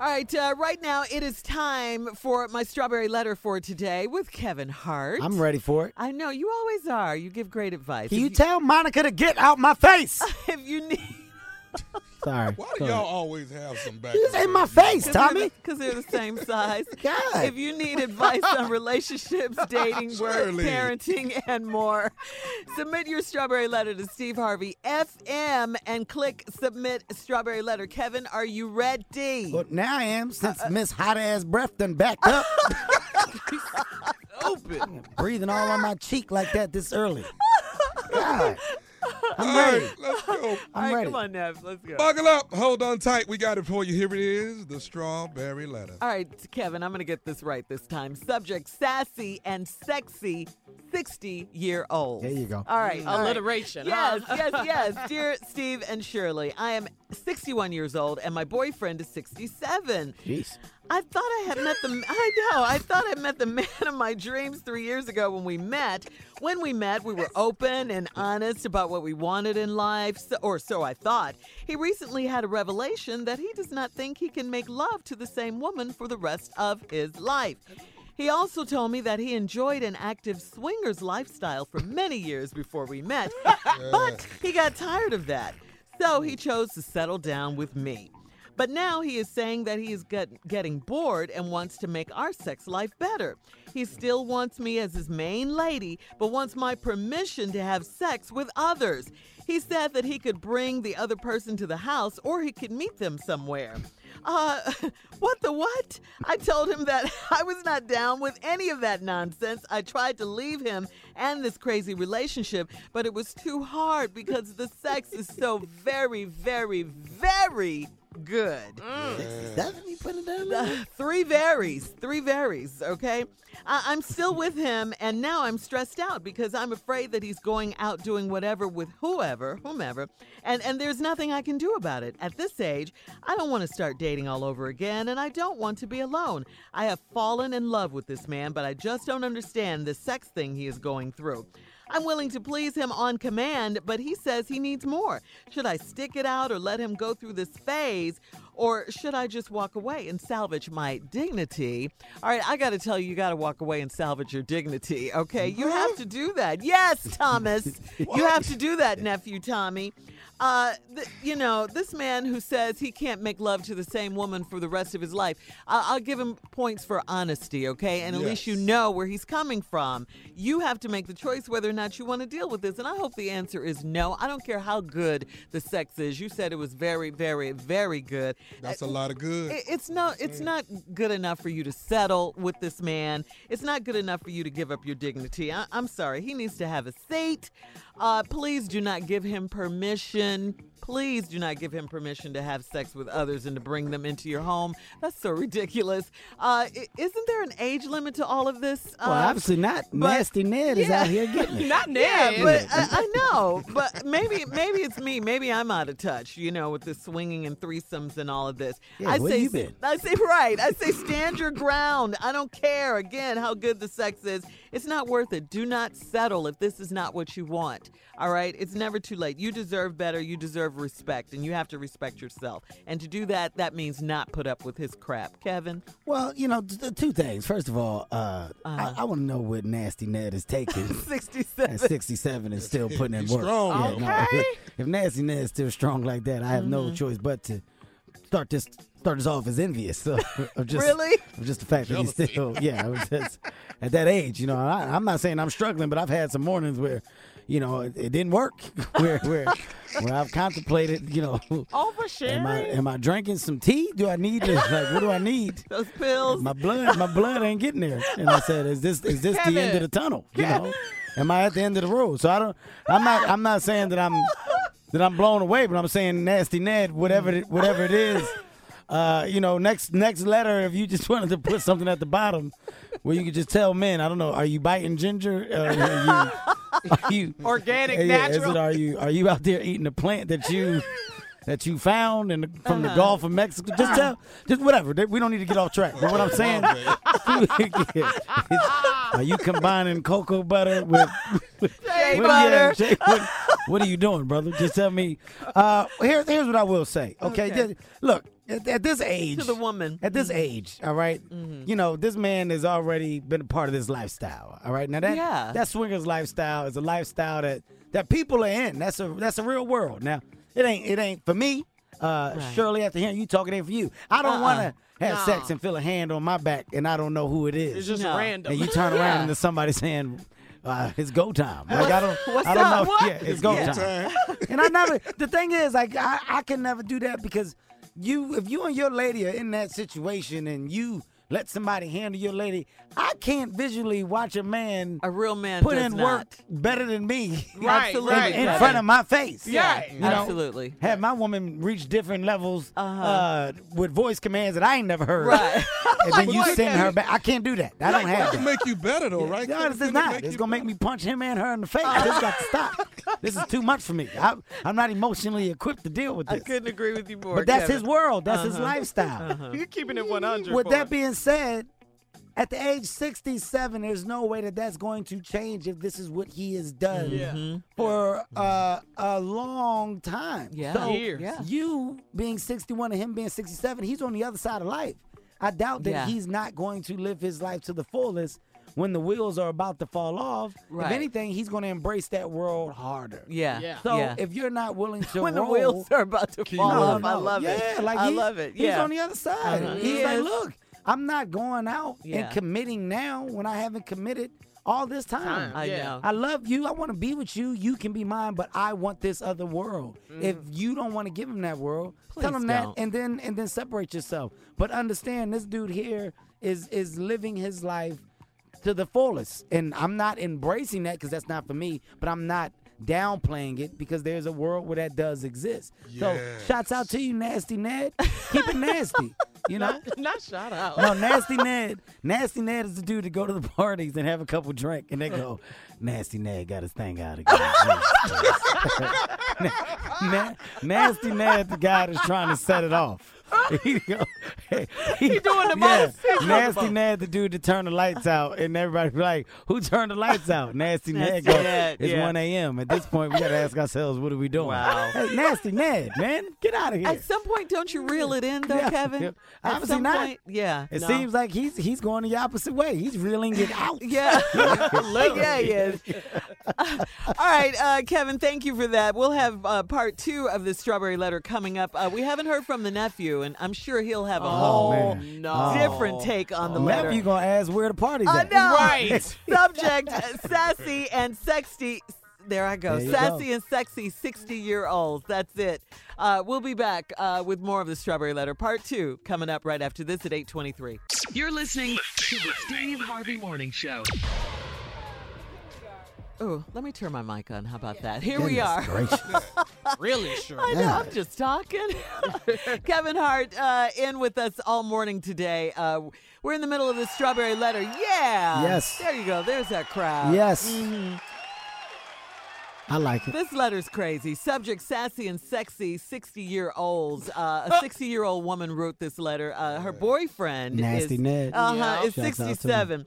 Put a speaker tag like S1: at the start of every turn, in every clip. S1: All right, uh, right now it is time for my strawberry letter for today with Kevin Hart.
S2: I'm ready for it.
S1: I know you always are. You give great advice.
S2: Can
S1: If
S2: you tell Monica to get out my face?
S1: if you need
S2: Sorry.
S3: Why
S2: Go
S3: do
S2: ahead.
S3: y'all always have some back?
S2: This
S3: and
S2: ain't my
S3: forth?
S2: face, Tommy.
S1: because they're the same size.
S2: God.
S1: If you need advice on relationships, dating, work,
S3: Shirley.
S1: parenting, and more, submit your strawberry letter to Steve Harvey FM and click submit strawberry letter. Kevin, are you ready?
S2: Well, now I am since Miss Hot Ass Breath done backed up. Open. Breathing all on my cheek like that this early. God. I'm
S3: All
S2: ready.
S3: right, let's go.
S1: All
S2: I'm
S1: right,
S2: ready.
S1: come on, Nev. Let's go.
S3: Buckle up. Hold on tight. We got it for you. Here it is the strawberry letter.
S1: All right, Kevin, I'm going to get this right this time. Subject sassy and sexy 60 year old.
S2: There you go.
S1: All right. all right.
S4: Mm. Alliteration,
S1: Yes,
S4: huh?
S1: yes, yes. Dear Steve and Shirley, I am 61 years old and my boyfriend is 67.
S2: Jeez.
S1: I thought I had met the I know, I thought I met the man of my dreams 3 years ago when we met. When we met, we were open and honest about what we wanted in life, so, or so I thought. He recently had a revelation that he does not think he can make love to the same woman for the rest of his life. He also told me that he enjoyed an active swingers lifestyle for many years before we met, but he got tired of that. So he chose to settle down with me. But now he is saying that he is get, getting bored and wants to make our sex life better. He still wants me as his main lady, but wants my permission to have sex with others. He said that he could bring the other person to the house or he could meet them somewhere. Uh, what the what? I told him that I was not down with any of that nonsense. I tried to leave him and this crazy relationship, but it was too hard because the sex is so very, very, very good.
S2: That's me putting it down
S1: Uh,
S2: there?
S1: three varies, three varies, okay? I- I'm still with him, and now I'm stressed out because I'm afraid that he's going out doing whatever with whoever, whomever, and, and there's nothing I can do about it. At this age, I don't want to start dating all over again, and I don't want to be alone. I have fallen in love with this man, but I just don't understand the sex thing he is going through. I'm willing to please him on command, but he says he needs more. Should I stick it out or let him go through this phase? Or should I just walk away and salvage my dignity? All right, I got to tell you, you got to walk away and salvage your dignity, okay? You have to do that. Yes, Thomas. you have to do that, nephew Tommy. Uh, th- you know, this man who says he can't make love to the same woman for the rest of his life, I- I'll give him points for honesty, okay? And at least you
S3: Yes.
S1: know know where he's coming from. You have to make the choice whether or not you want to deal with this. And I hope the answer is no. I don't care how good the sex is. You said it was very, very, very good.
S3: That's
S1: Uh,
S3: a lot of good.
S1: it- It's not. It's not good enough for you to settle with this man. It's not good enough for you to give up your dignity. I, I'm sorry. He needs to have a seat. Uh, please do not give him permission. Please do not give him permission to have sex with others and to bring them into your home. That's so ridiculous. Uh, i- isn't there an age limit to all of this?
S2: Well,
S1: Uh,
S2: obviously not. Nasty Ned is
S1: yeah.
S2: out here getting it.
S4: Not
S1: yeah,
S4: now.
S1: but I, I know. But maybe, maybe it's me. Maybe I'm out of touch. You know, with the swinging and threesomes and all of this.
S2: Yeah,
S1: I
S2: where
S1: say,
S2: you been?
S1: I say, right. I say, stand your ground. I don't care. Again, how good the sex is. It's not worth it. Do not settle if this is not what you want. All right. It's never too late. You deserve better. You deserve respect, and you have to respect yourself. And to do that, that means not put up with his crap, Kevin.
S2: Well, you know, t- t- two things. First of all, uh, I, I want to know what Nasty Ned is taking.
S1: Sixty-seven.
S2: and 67 is still putting in
S3: He's
S2: work.
S3: strong,
S2: Yeah, no, if, if Nasty Ned is still strong like that, I have no choice but to start this start us off as envious of, of just
S1: Really?
S2: of just the fact that he's still yeah I was just, at that age. You know, I, I'm not saying I'm struggling, but I've had some mornings where. You know, it, it didn't work. Where, where, where I've contemplated. You know,
S1: Oh,
S2: am I
S4: Oversharing.
S2: am I drinking some tea? Do I need to, like what do I need?
S1: Those pills.
S2: my blood my blood ain't getting there and i said is this is this the end of the tunnel you know am i at the end of the road so i don't i'm not i'm not saying that i'm that i'm blown away but i'm saying nasty ned whatever it, whatever it is uh, you know, next next letter, if you just wanted to put something at the bottom, where you could just tell men, I don't know, are you biting ginger? Uh, are you, are you
S4: Organic,
S2: yeah, yeah, Is it,
S4: natural.
S2: are you are you out there eating a plant that you that you found in the, from the
S4: Uh-huh.
S2: Gulf of Mexico? Just tell, just whatever. They- We don't need to get off track. But what I'm saying, are you combining cocoa butter with?
S1: Shea butter.
S2: with- yeah, shea- what, what are you doing, brother? Just tell me. Uh, here, here's what I will say. Okay,
S1: Okay.
S2: Just- look, at, at this age
S1: to the woman.
S2: at this age, all right,
S1: Mm-hmm.
S2: you know, this man has already been a part of this lifestyle. All right, now that
S1: Yeah.
S2: that swingers lifestyle is a lifestyle that that people are in. That's a that's a real world. Now it ain't it ain't for me. Uh,
S1: Right.
S2: Surely after hearing you talk, it ain't for you. I don't
S1: Uh-uh.
S2: want to have
S4: Nah.
S2: sex and feel a hand on my back, and I don't know who it is.
S4: It's just
S1: No.
S4: random.
S2: And you turn around
S1: Yeah.
S2: and there's somebody saying, uh, "It's go time." Like I don't,
S1: What's
S2: I don't
S1: up?
S2: know.
S1: What?
S2: Yeah, it's go
S1: Yeah.
S2: time.
S3: Time.
S2: And I never. The thing is, like I, I can never do that because you, if you and your lady are in that situation and you let somebody handle your lady, I can't visually watch a man
S1: A real man
S2: put
S1: does
S2: in
S1: not.
S2: work better than me
S4: Right,
S1: Absolutely.
S4: right,
S2: in
S4: right.
S2: front of my face.
S4: Yeah,
S2: you know.
S1: absolutely.
S2: Had my woman reach different levels uh
S1: Uh-huh.
S2: with voice commands that I ain't never heard,
S1: Right.
S2: and then you
S3: Like,
S2: send
S3: okay.
S2: her back. I can't do that. I don't
S3: That
S2: have.
S3: can
S2: that.
S3: make you better though, right?
S2: No, this
S3: Couldn't
S2: is
S3: it
S2: not.
S3: make
S2: It's
S3: you
S2: gonna make me punch him and her in the face.
S1: Oh.
S2: This got to stop. This is too much for me. I, I'm not emotionally equipped to deal with
S1: I
S2: this.
S1: couldn't agree with you more.
S2: But that's
S1: Kevin.
S2: his world. That's his
S1: Uh-huh.
S2: lifestyle.
S4: You're keeping it 100.
S2: With
S4: for
S2: that
S4: it.
S2: being said, at the age 67, there's no way that that's going to change if this is what he has done
S4: Yeah.
S1: Mm-hmm.
S2: for uh, a long time.
S1: Yeah.
S2: So
S4: Years.
S1: Yeah.
S2: you being 61 and him being 67, he's on the other side of life. I doubt that
S1: Yeah.
S2: he's not going to live his life to the fullest when the wheels are about to fall off. If
S1: Right.
S2: anything, he's going to embrace that world harder.
S1: Yeah.
S4: Yeah.
S2: So
S1: yeah.
S2: if you're not willing to
S1: when the
S2: roll-
S1: wheels are about to fall
S2: no,
S1: off,
S2: no,
S1: I
S2: no.
S1: love it.
S2: Yeah, like
S1: I
S2: he-
S1: love it.
S2: He's
S1: Yeah.
S2: on the other side.
S1: Uh-huh.
S2: He's
S1: He
S2: like,
S1: is.
S2: look, I'm not going out
S1: Yeah.
S2: and committing now when I haven't committed all this time.
S4: Time.
S1: I
S4: Yeah.
S1: know.
S2: I love you. I want to be with you. You can be mine, but I want this other world. If you don't want to give him that world,
S1: Mm.
S2: tell
S1: Please
S2: him
S1: don't.
S2: that, and then and then separate yourself. But understand, this dude here is is living his life to the fullest, and I'm not embracing that because that's not for me. But I'm not downplaying it because there's a world where that does exist. So,
S3: Yes.
S2: shouts out to you, Nasty Ned. Keep it nasty. You know.
S4: Not shout out.
S2: No, Nasty Ned. Nasty Ned is the dude to go to the parties and have a couple drink, and they go, Nasty Ned got his thing out again. Na- Nasty Ned, the guy that's trying to set it off. he go, he
S1: doing the
S2: yeah,
S1: most. He's doing the
S2: Nasty
S1: most.
S2: Ned, the dude to turn the lights out, and everybody be like, "Who turned the lights out?" Nasty Ned.
S1: Nasty
S2: Go,
S1: Ned,
S2: it's
S1: yeah.
S2: one a.m. At this point, we gotta ask ourselves, what are we doing?
S1: Wow.
S2: Hey, Nasty Ned, man, get out of here.
S1: At some point, don't you reel it in, though,
S2: Yeah.
S1: Kevin?
S2: Yeah.
S1: At
S2: Obviously
S1: some
S2: not.
S1: point, yeah.
S2: It
S1: no.
S2: seems like he's he's going the opposite way. He's reeling it out.
S1: Yeah. yeah, he is. All right, uh, Kevin, thank you for that. We'll have uh, part two of the strawberry letter coming up. Uh, we haven't heard from the nephew, and I'm sure he'll have a whole
S4: Oh,
S2: man.
S4: no.
S1: different take on the letter.
S2: Now you gonna ask where the party's
S1: I
S2: at?
S1: know.
S4: Right.
S1: Subject sassy and sexy. There I go.
S2: There you
S1: sassy
S2: go.
S1: and sexy 60 year olds. That's it. Uh, we'll be back uh, with more of the Strawberry Letter Part 2 coming up right after this at 823.
S5: You're listening to the Steve Harvey Morning Show.
S1: Oh, let me turn my mic on. How about that? Here we
S2: Goodness
S1: are.
S2: gracious.
S4: Really sure.
S1: I know, I'm just talking. Kevin Hart uh, in with us all morning today. Uh, we're in the middle of the Strawberry Letter. Yeah.
S2: Yes.
S1: There you go. There's that crowd.
S2: yes.
S1: Mm-hmm.
S2: I like it.
S1: This letter's crazy. Subject sassy and sexy 60 year olds. Uh, a 60 year old woman wrote this letter. Uh, her boyfriend
S2: Nasty
S1: is,
S2: Ned.
S1: Uh-huh,
S4: Yeah.
S1: is
S2: Shouts out to
S1: 67.
S2: him.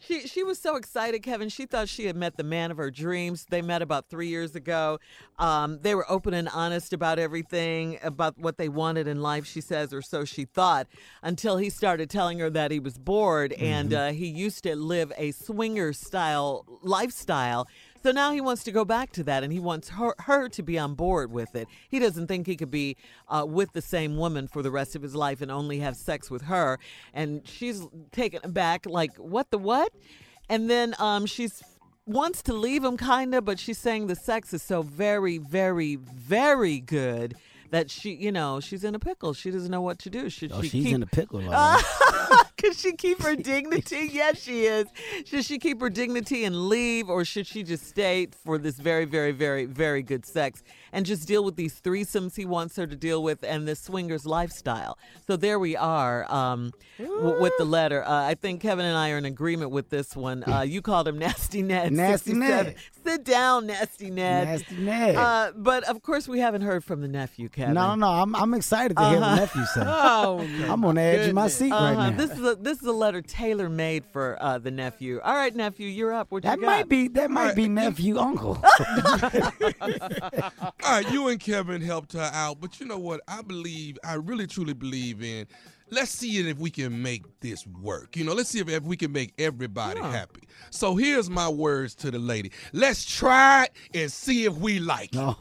S1: She, she was so excited, Kevin. She thought she had met the man of her dreams. They met about three years ago. Um, they were open and honest about everything, about what they wanted in life, she says, or so she thought, until he started telling her that he was bored and
S2: Mm-hmm.
S1: uh, he used to live a swinger style lifestyle. So now he wants to go back to that and he wants her, her to be on board with it. He doesn't think he could be uh, with the same woman for the rest of his life and only have sex with her. And she's taken aback, like, what the what? And then um, she's wants to leave him kinda but she's saying the sex is so very very very good that she you know she's in a pickle she doesn't know what to do should
S2: Oh,
S1: she
S2: she's
S1: keep Uh,
S2: in a pickle. Right
S1: Could she keep her dignity? Yes, she is. Should she keep her dignity and leave, or should she just stay for this very, very, very, very good sex and just deal with these threesomes he wants her to deal with and this swingers lifestyle? So there we are um, w- with the letter. Uh, I think Kevin and I are in agreement with this one. Uh, you called him Nasty Ned.
S2: Nasty
S1: 67.
S2: Ned.
S1: Sit down, Nasty Ned.
S2: Nasty Ned.
S1: Uh, but of course, we haven't heard from the nephew, Kevin.
S2: no, no, no. I'm I'm excited to hear what nephew say.
S4: Oh,
S2: I'm on the edge of my
S4: goodness.
S2: seat
S1: Uh-huh.
S2: right now.
S1: This is a a this is a letter tailor made for uh, the nephew. All right, nephew, you're up. What you
S2: That
S1: got?
S2: might be that might be nephew uncle.
S3: All right, you and Kevin helped her out, but you know what? I believe, I really truly believe in. Let's see if we can make this work. You know, let's see if, if we can make everybody happy. So here's my words to the lady. Let's try it and see if we like it.
S2: No.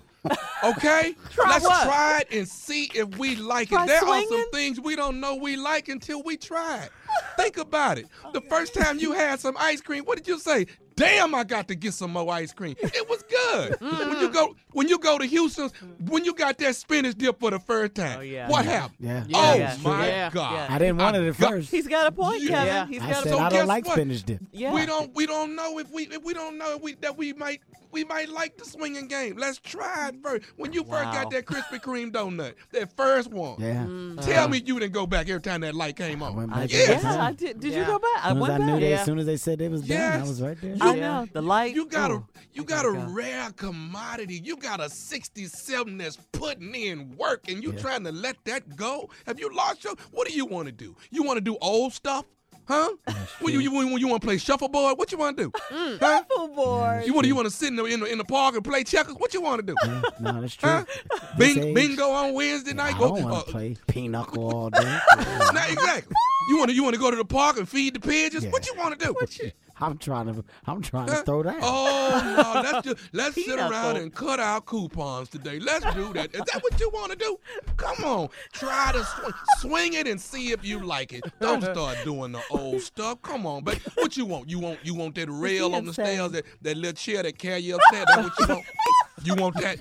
S3: Okay?
S1: Try
S3: Let's
S1: what?
S3: try it and see if we like
S1: Try
S3: it. There are
S1: swinging?
S3: some things we don't know we like until we try it. Think about it. The first time you had some ice cream, what did you say? Damn, I got to get some more ice cream. It was good. when you go when you go to Houston, when you got that spinach dip for the first time,
S1: Oh, yeah.
S3: what happened?
S2: Yeah.
S4: Yeah,
S3: oh
S1: yeah,
S3: my
S4: yeah,
S3: God.
S2: I didn't want it at
S3: got-
S2: first.
S1: He's got a point,
S3: Yeah.
S1: Kevin.
S4: Yeah.
S1: He's
S2: I
S1: got
S2: said
S1: a
S3: so
S2: I
S1: point.
S3: guess
S2: don't like
S3: what?
S2: spinach dip.
S1: Yeah.
S3: We don't we don't know if we if we don't know if we that we might we might like the swinging game. Let's try it first. When you first
S4: Wow.
S3: got that Krispy Kreme donut, that first one,
S2: Yeah.
S1: Mm,
S3: tell me you didn't go back every time that light came on.
S2: went back
S3: yes,
S2: every
S1: Yeah,
S2: time.
S1: I did. Did you
S4: Yeah.
S1: go back? I
S2: As soon as
S1: went
S2: I
S1: back.
S2: knew that,
S4: Yeah.
S2: as soon as they said they was done, I
S3: Yes.
S2: was right there.
S1: I
S4: Yeah.
S1: know the light.
S3: you got a
S1: oh.
S3: you got a
S1: my God.
S3: rare commodity. You got a 67 that's putting in work, and you trying to let that go. Have you lost your? What do you want to do? You want to do old stuff, huh? What you you, you, want to play shuffleboard? What you want to do? Huh?
S1: shuffleboard.
S3: You what do you want to sit in the, in the in the park and play checkers? What you want to do?
S2: No, that's true.
S3: Huh?
S2: This
S3: Bing,
S2: age,
S3: bingo on Wednesday night.
S2: I
S3: Go-
S2: don't
S1: Oh.
S2: want
S3: uh,
S2: to play pinochle all day.
S3: Now, exactly. You want to you want to go to the park and feed the pigeons? What
S2: Yeah.
S3: you want to do?
S2: I'm trying to I'm trying
S3: Huh?
S2: to throw that.
S3: Oh no, let's just, let's sit
S1: Peanut
S3: around
S1: butter.
S3: and cut our coupons today. Let's do that. Is that what you want to do? Come on, try to swing, swing it and see if you like it. Don't start doing the old stuff. Come on, but what you want? You want you want that rail on the
S1: insane?
S3: stairs, that, that little chair that carry you upstairs. That's what you want. You want that?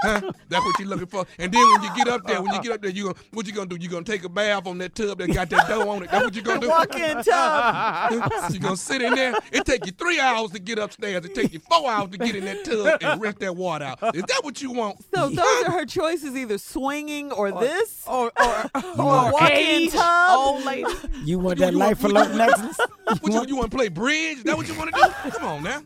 S3: Huh? That's what you're looking for. And then when you get up there, when you get up there, you gonna, what you gonna do? You gonna take a bath on that tub that got that dough on it. That's what you gonna do.
S1: Walk in tub.
S3: you gonna sit in there. It take you three hours to get upstairs. It take you four hours to get in that tub and rinse that water out. Is that what you want?
S1: So those are her choices: either swinging or this,
S2: oh,
S4: Or, or,
S1: or walk in
S4: age,
S1: tub.
S4: old lady.
S2: you want
S3: you-
S2: that
S3: you
S2: life
S3: want-
S2: alert necklace?
S3: What you, you want to play bridge? Is that what you want to do? Come on now.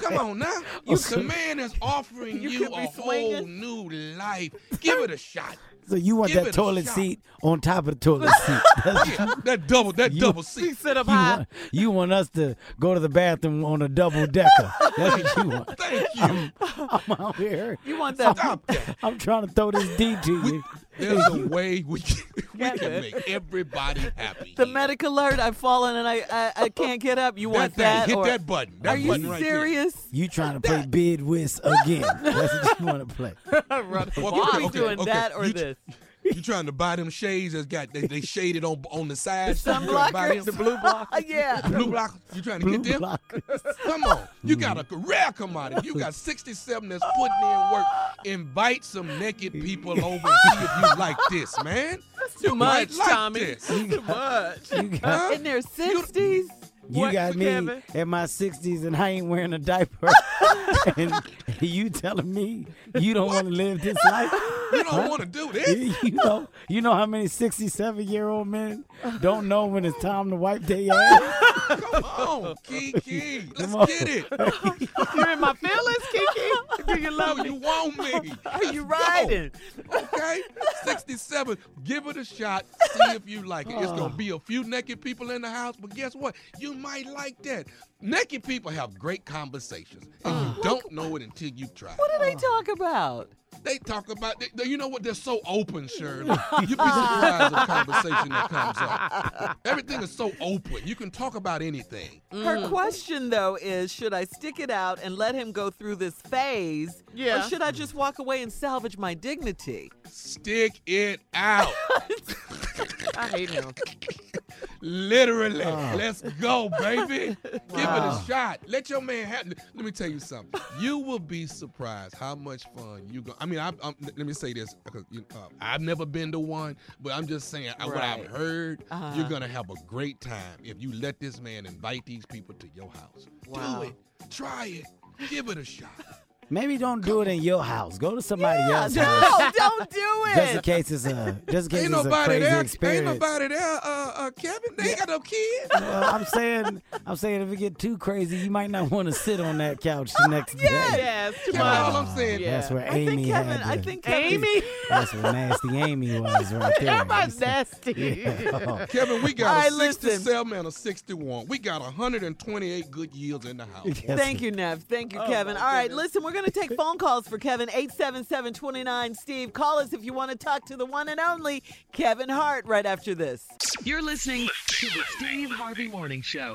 S3: Come on now. You, the man is offering
S1: You
S3: you,
S1: could
S3: a
S1: be
S3: whole
S1: swinging.
S3: new life. Give it a shot.
S2: So you want
S3: Give
S2: that
S3: it a
S2: toilet
S3: shot.
S2: seat on top of the toilet seat. That's-
S3: Yeah, that double, that
S2: You-
S3: double C.
S4: Sit up
S2: you, want, you want us to go to the bathroom on a double decker. That's what you want.
S3: Thank you.
S2: I'm out here.
S1: You want that?
S3: Stop that.
S2: I'm trying to throw this D to you.
S3: There's a way we can, we
S1: Kevin.
S3: can make everybody happy.
S1: The
S3: here.
S1: medic alert. I've fallen and I I, I can't get up. You
S3: that
S1: want
S3: thing,
S1: that?
S3: hit
S1: or,
S3: that button. That
S1: are you
S3: button right there.
S1: serious?
S2: You trying to play bid whist again. That's what you want to play.
S3: Okay,
S1: Why are
S3: okay,
S1: we
S3: okay,
S1: doing
S3: okay.
S1: that or
S3: You-
S1: this?
S3: You trying to buy them shades that's got they, they shaded on on the side.
S1: Some
S3: You trying to buy
S1: blockers.
S3: them?
S1: blue block. yeah.
S3: Blue block. You trying to
S2: Blue
S3: get them?
S2: block.
S3: Come on. You got a rare commodity. You got 67 that's putting in work. Invite some naked people over and see if you like this, man. You might
S4: much,
S3: like
S4: Tommy.
S3: this.
S4: Too much.
S2: You got,
S3: Huh?
S1: In their sixties.
S2: you
S4: What,
S2: got me
S4: Kevin?
S2: in my 60s and I ain't wearing a diaper. and you telling me you don't want to live this life?
S3: You don't want to do this.
S2: You you know, you know how many 67 year old men don't know when it's time to wipe their ass?
S3: Come on, Kiki. Let's
S2: Come on.
S3: get it.
S4: You're in my feelings, Kiki. Do you love
S3: Do you want me? Let's
S1: You
S3: go.
S1: riding?
S3: okay? 67. Give it a shot. See if you like it. It's going to be a few naked people in the house, but guess what? You might like that. Naked people have great conversations, and you don't know it until you try. it.
S1: What do they talk about?
S3: They talk about, they, they- you know what? They're so open, Shirley. You'd be surprised the conversation that comes up. Everything is so open. You can talk about anything.
S1: Her question though is, should I stick it out and let him go through this phase, or
S4: Yeah.
S1: should I just walk away and salvage my dignity?
S3: Stick it out.
S4: I hate him.
S3: Literally. Let's go, baby. Give it a shot. Let your man have. Let me tell you something. You will be surprised how much fun you go. I mean, I, i let me say this. 'cause, you know, uh, I've never been to one, but I'm just saying uh, what I've
S1: Right.
S3: heard.
S1: Uh-huh.
S3: You're gonna have a great time if you let this man invite these people to your house.
S1: Wow.
S3: Do it. Try it. Give it a shot.
S2: Maybe don't do it in your house. Go to somebody else's house.
S1: No, don't do
S2: Just in
S1: it.
S2: case it's a just in case
S3: Ain't
S2: it's a
S3: nobody
S2: crazy
S3: there. Ain't
S2: experience.
S3: nobody there. Uh, uh, Kevin, they ain't got no kids.
S2: Well, I'm saying I'm saying if it get too crazy, you might not want to sit on that couch the next day.
S4: Yes, too
S3: That's all
S4: much.
S3: I'm saying.
S4: Yeah.
S2: That's where
S1: I
S2: Amy
S1: think Kevin.
S2: had
S1: I
S2: the-
S1: think Kevin.
S4: Amy,
S2: That's where nasty Amy was right there.
S4: how about nasty?
S3: Kevin, we got
S1: All
S3: a
S1: right,
S3: 67 and a 61. We got 128 good years in the house.
S2: Yes,
S1: Thank you, Nev. Thank you, Kevin. All right, listen, we're going to take phone calls for Kevin. 877-29-STEVE. Call us if you want to talk to the one and only Kevin Hart right after this.
S5: You're listening to the Steve Harvey Morning Show.